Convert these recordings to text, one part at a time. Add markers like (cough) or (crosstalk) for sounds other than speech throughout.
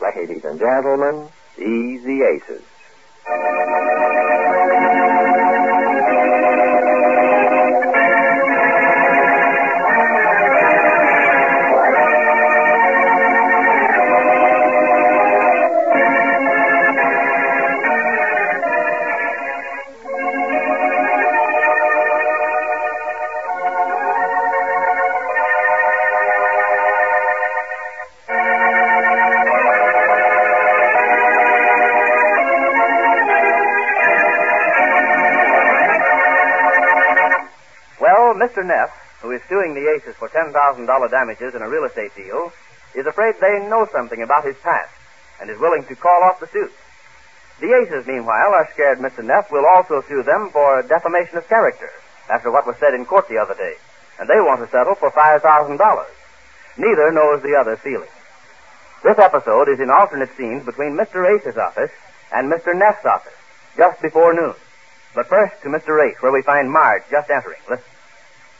Ladies and gentlemen, easy aces. Well, Mr. Neff, who is suing the Aces for $10,000 damages in a real estate deal, is afraid they know something about his past and is willing to call off the suit. The Aces, meanwhile, are scared Mr. Neff will also sue them for defamation of character after what was said in court the other day, and they want to settle for $5,000. Neither knows the other's feelings. This episode is in alternate scenes between Mr. Ace's office and Mr. Neff's office, just before noon. But first to Mr. Ace, where we find Marge just entering. Listen.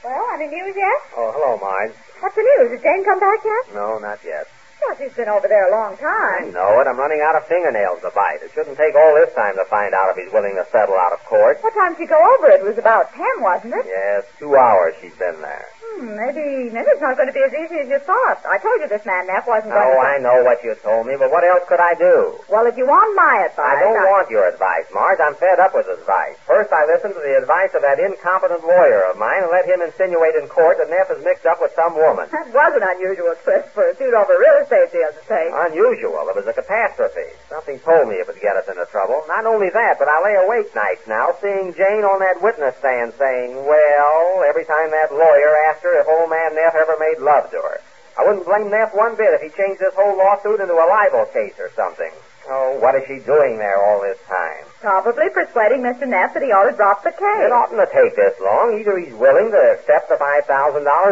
Well, any news yet? Oh, hello, Marge. What's the news? Has Jane come back yet? No, not yet. Well, she's been over there a long I time. know it. I'm running out of fingernails to bite. It shouldn't take all this time to find out if he's willing to settle out of court. What time did she go over? It was about ten, wasn't it? Yes, two hours she's been there. Hmm, maybe, maybe it's not going to be as easy as you thought. I told you this man Neff wasn't going Oh, to... I know what you told me, but what else could I do? Well, if you want my advice... I don't want your advice, Marge. I'm fed up with advice. First, I listened to the advice of that incompetent lawyer of mine and let him insinuate in court that Neff is mixed up with some woman. That was an unusual twist for a suit over real estate deal to Uh. take. Unusual. It was a catastrophe. Something told me it would get us into trouble. Not only that, but I lay awake nights now seeing Jane on that witness stand saying, well, every time that lawyer asked her if old man Neff ever made love to her. I wouldn't blame Neff one bit if he changed this whole lawsuit into a libel case or something. Oh, what is she doing there all this time? Probably persuading Mr. Neff that he ought to drop the case. It oughtn't to take this long. Either he's willing to accept the $5,000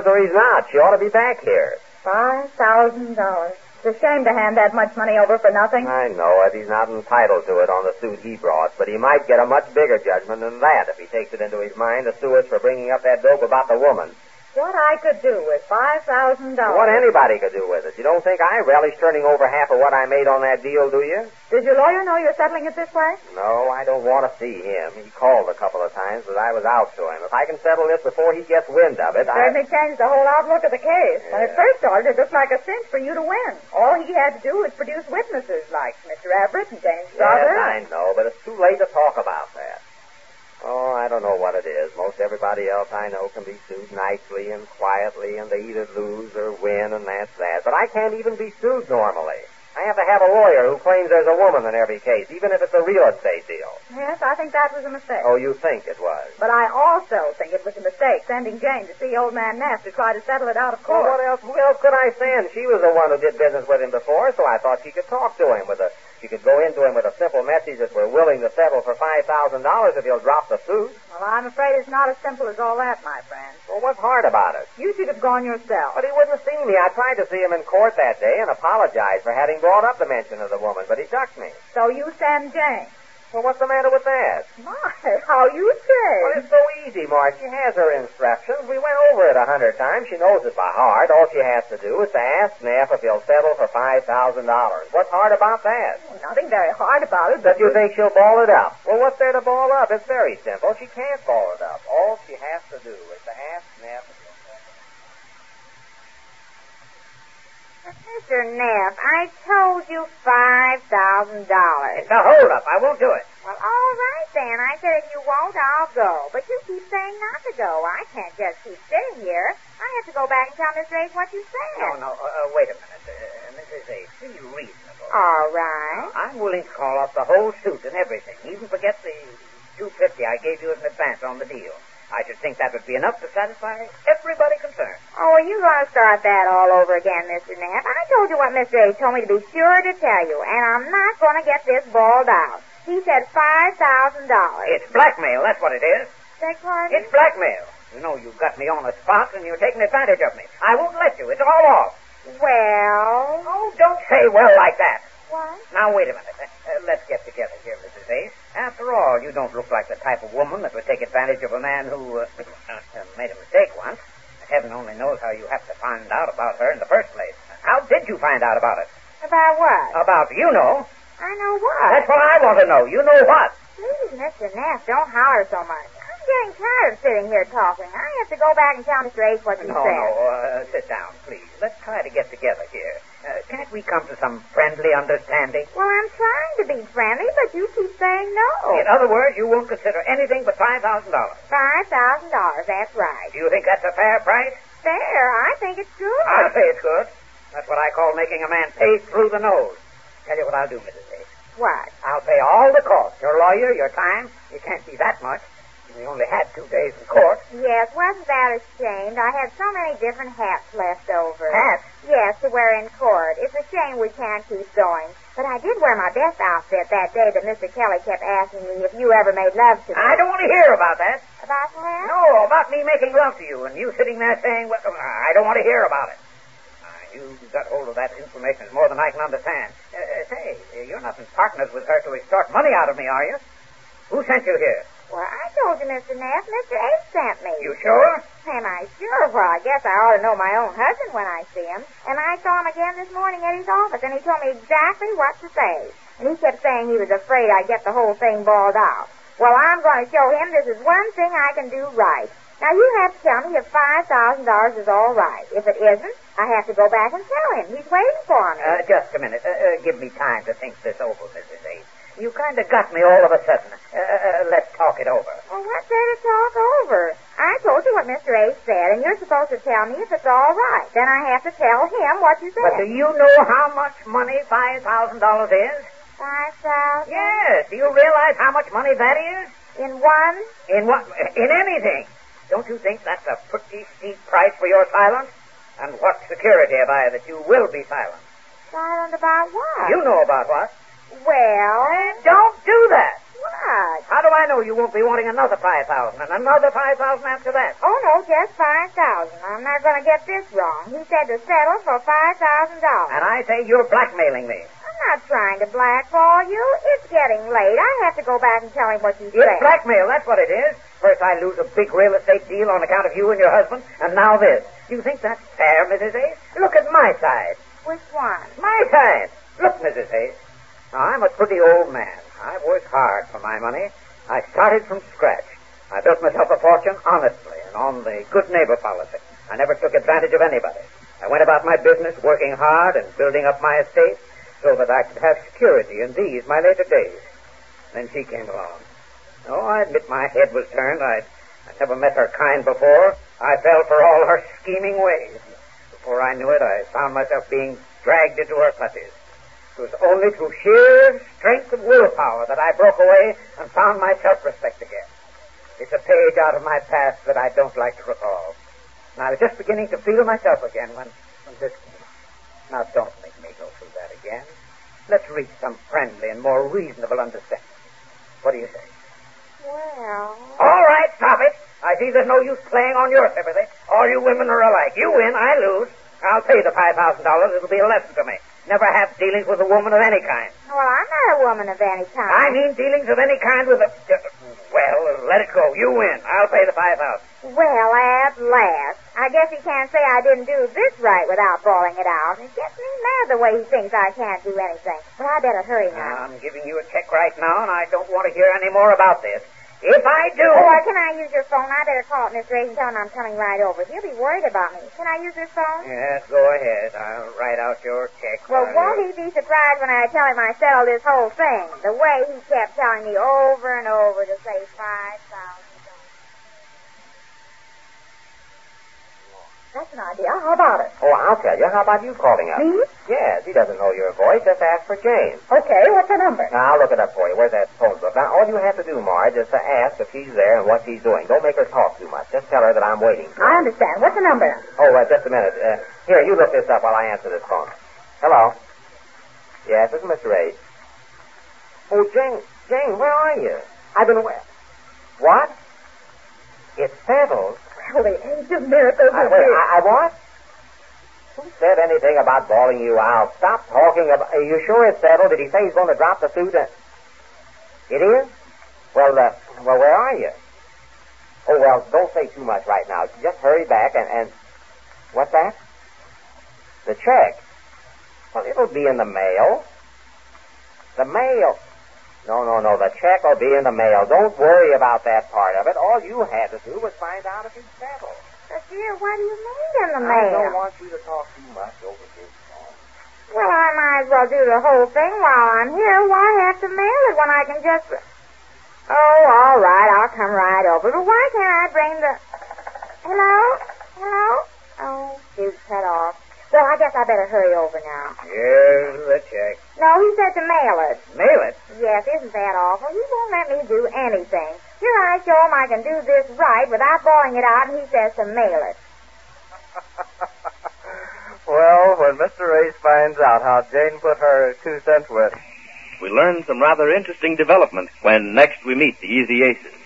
or he's not. She ought to be back here. Five thousand dollars. It's a shame to hand that much money over for nothing. I know it. He's not entitled to it on the suit he brought, but he might get a much bigger judgment than that if he takes it into his mind to sue us for bringing up that dope about the woman. What I could do with five thousand dollars? What anybody could do with it. You don't think I relish turning over half of what I made on that deal, do you? Does your lawyer know you're settling it this way? No, I don't want to see him. He called a couple of times, but I was out to him. If I can settle this before he gets wind of it, I... Certainly changed the whole outlook of the case. When Yeah. it first started, it looked like a cinch for you to win. All he had to do was produce witnesses like Mr. Everett and James Yes, Brother. I know, but it's too late to talk about that. Oh, I don't know what it is. Most everybody else I know can be sued nicely and quietly, and they either lose or win, and that's that. But I can't even be sued normally. I have to have a lawyer who claims there's a woman in every case, even if it's a real estate deal. Yes, I think that was a mistake. Oh, you think it was? But I also think it was a mistake sending Jane to see old man Nash to try to settle it out of Well, court. what else? Who else could I stand? She was the one who did business with him before, so I thought she could talk to him with a. She could go into him with a simple message that we're willing to settle for five thousand dollars if he'll drop the suit. Well, I'm afraid it's not as simple as all that, my friend. Well, what's hard about it? You should have gone yourself. But he wouldn't see me. I tried to see him in court that day and apologized for having brought up the mention of the woman, but he ducked me. So you send Jane. Well, what's the matter with that? My, (laughs) how you Well, say. it's so easy, Mark. She has her instructions. We went over it a hundred times. She knows it by heart. All she has to do is to ask Neff if he'll settle for five thousand dollars. What's hard about that? Nothing very hard about it, but That you think she'll ball it up? Well, what's there to ball up? It's very simple. She can't ball it up. All she has to do is to ask Neff. if he'll settle. Mr. Neff, I told you five thousand dollars. Now hold up! I won't do it. Well, all right then. I said if you won't, I'll go. But you keep saying not to go. I can't just keep sitting here. I have to go back and tell Miss Race what you said. No, no. Uh, uh, wait a minute, uh, Mrs. Ace. Be reasonable. All right. I'm willing to call off the whole suit and everything. Even forget the two fifty I gave you as an advance on the deal. I should think that would be enough to satisfy everybody concerned. Oh, are you going to start that all over again, Mr. Knapp? I told you what Mr. A told me to be sure to tell you, and I'm not going to get this balled out. He said five thousand dollars. It's blackmail, that's what it is. Beg pardon? It's blackmail. You know you've got me on the spot and you're taking advantage of me. I won't let you. It's all off. Well, Oh, don't say well like that. what? Now wait a minute. Uh, uh, let's get together here, Mrs. Ace. After all, you don't look like the type of woman that would take advantage of a man who uh, (clears throat) uh, made a mistake once. Heaven only knows how you have to find out about her in the first place. How did you find out about it? By if I was. About you know. I know what. That's what I want to know. You know what? Please, Mr. Neff, don't holler so much. I'm getting tired of sitting here talking. I have to go back and tell Mr. Ace what you No, said. no. Uh, sit down, please. Let's try to get together here. Uh, can't we come to some friendly understanding? Well, I'm trying to be friendly, but you keep saying no. In other words, you won't consider anything but five thousand dollars. Five thousand dollars. That's right. Do you think that's a fair price? Fair. I think it's good. I'll say it's good. That's what I call making a man pay through the nose. Tell you what I'll do, Mrs. Ace. What? I'll pay all the costs. Your lawyer, your time. It can't be that much. We only had two days in court. Yes. Wasn't that a shame? I have so many different hats left over. Hats? Yes, to wear in court. It's a shame we can't keep going. But I did wear my best outfit that day that Mr. Kelly kept asking me if you ever made love to me. I don't want to hear about that. About that? No, about me making love to you and you sitting there saying, well, I don't want to hear about it. Uh, You got hold of that information more than I can understand. Uh, uh, say, you're not in partners with her to extort money out of me, are you? Who sent you here? Well, I told you, Mr. Neff, Mr. Ace sent me. You sure? Am I sure? Well, I guess I ought to know my own husband when I see him. And I saw him again this morning at his office, and he told me exactly what to say. And he kept saying he was afraid I'd get the whole thing balled out. Well, I'm going to show him this is one thing I can do right. Now, you have to tell me if $5,000 is all right. If it isn't, I have to go back and tell him. He's waiting for me. Uh, just a minute. Uh, uh, give me time to think this over, Mrs. Ace. You kind of got me all of a sudden. Uh, uh, let's talk it over. well, what's there to talk over? I told you what Mr. A said, and you're supposed to tell me if it's all right. Then I have to tell him what you said. But do you know how much money five thousand dollars is? Five thousand? Yes. Do you realize how much money that is? In one? In what? In anything? Don't you think that's a pretty steep price for your silence? And what security have I that you will be silent? Silent about what? You know about what? Well, Don't do that. what? How do I know you won't be wanting another five thousand and another five thousand after that? Oh no, just five thousand. I'm not going to get this wrong. He said to settle for five thousand dollars. And I say you're blackmailing me. I'm not trying to blackball you. It's getting late. I have to go back and tell him what you It's said. blackmail, that's what it is. First I lose a big real estate deal on account of you and your husband, and now this. You think that's fair, Mrs. Hayes? Look at my side. Which one? My side. Look, Mrs. Hayes. Now, I'm a pretty old man. I've worked hard for my money. I started from scratch. I built myself a fortune honestly and on the good neighbor policy. I never took advantage of anybody. I went about my business working hard and building up my estate so that I could have security in these, my later days. Then she came along. Oh, I admit my head was turned. I, I never met her kind before. I fell for all her scheming ways. Before I knew it, I found myself being dragged into her clutches. It was only through sheer strength of willpower that I broke away and found my self-respect again. It's a page out of my past that I don't like to recall. And I was just beginning to feel myself again when, when this came. Now, don't make me go through that again. Let's reach some friendly and more reasonable understanding. What do you say? Well, All right, stop it. I see there's no use playing on your sympathy. All you women are alike. You win, I lose. I'll pay the five thousand dollars. It'll be a lesson to me. Never have dealings with a woman of any kind. well, I'm not a woman of any kind. I mean dealings of any kind with a. Well, let it go. You win. I'll pay the five thousand. Well, at last. I guess he can't say I didn't do this right without bawling it out. It gets me mad the way he thinks I can't do anything. But I better hurry now. I'm giving you a check right now, and I don't want to hear any more about this. If I do, Oh, uh, can I use your phone? I better call up Miss Ray and tell him I'm coming right over. He'll be worried about me. Can I use his phone? yes, go ahead. I'll write out your check. Uh, Well, while won't you're- he be surprised when I tell him I settled this whole thing? The way he kept telling me over and over to say five thousand dollars. That's an idea. How about it? Oh, I'll tell you. How about you calling up? Me? Yes, he doesn't know your voice. Just ask for Jane. Okay, what's the number? Now, I'll look it up for you. Where's that phone book? Now, all you have to do, Marge, is to ask if she's there and what she's doing. Don't make her talk too much. Just tell her that I'm waiting. I understand. What's the number? Oh, uh, just a minute. Uh, here, you look this up while I answer this phone. Hello? Yes, this is Mr. Ray. Oh, Jane, Jane, where are you? I've been away. What? It's settled. Well, the age of miracles I, wait, I, I what? Who said anything about bawling you out? Stop talking about. Are you sure it's settled? Did he say he's going to drop the suit? Uh, It is. Well, uh, well, where are you? Oh well, don't say too much right now. Just hurry back and and what's that? The check. Well, it'll be in the mail. The mail. No, no, no. The check will be in the mail. Don't worry about that part of it. All you had to do was find out if he's settled. But, dear, what do you mean in the I don't mail? want you to talk too much over this. Well, I might as well do the whole thing while I'm here. Why have to mail it when I can just... Oh, all right, I'll come right over. But why can't I bring the... Hello? Hello? Oh, shoot, cut off. Well, I guess I better hurry over now. Here's the check. No, he said to mail it. Mail it. Yes, isn't that awful? He won't let me do anything. Here I show him I can do this right without bawling it out, and he says to mail it. (laughs) well, when Mr. Ace finds out how Jane put her two cents worth, we learn some rather interesting developments when next we meet the Easy Aces.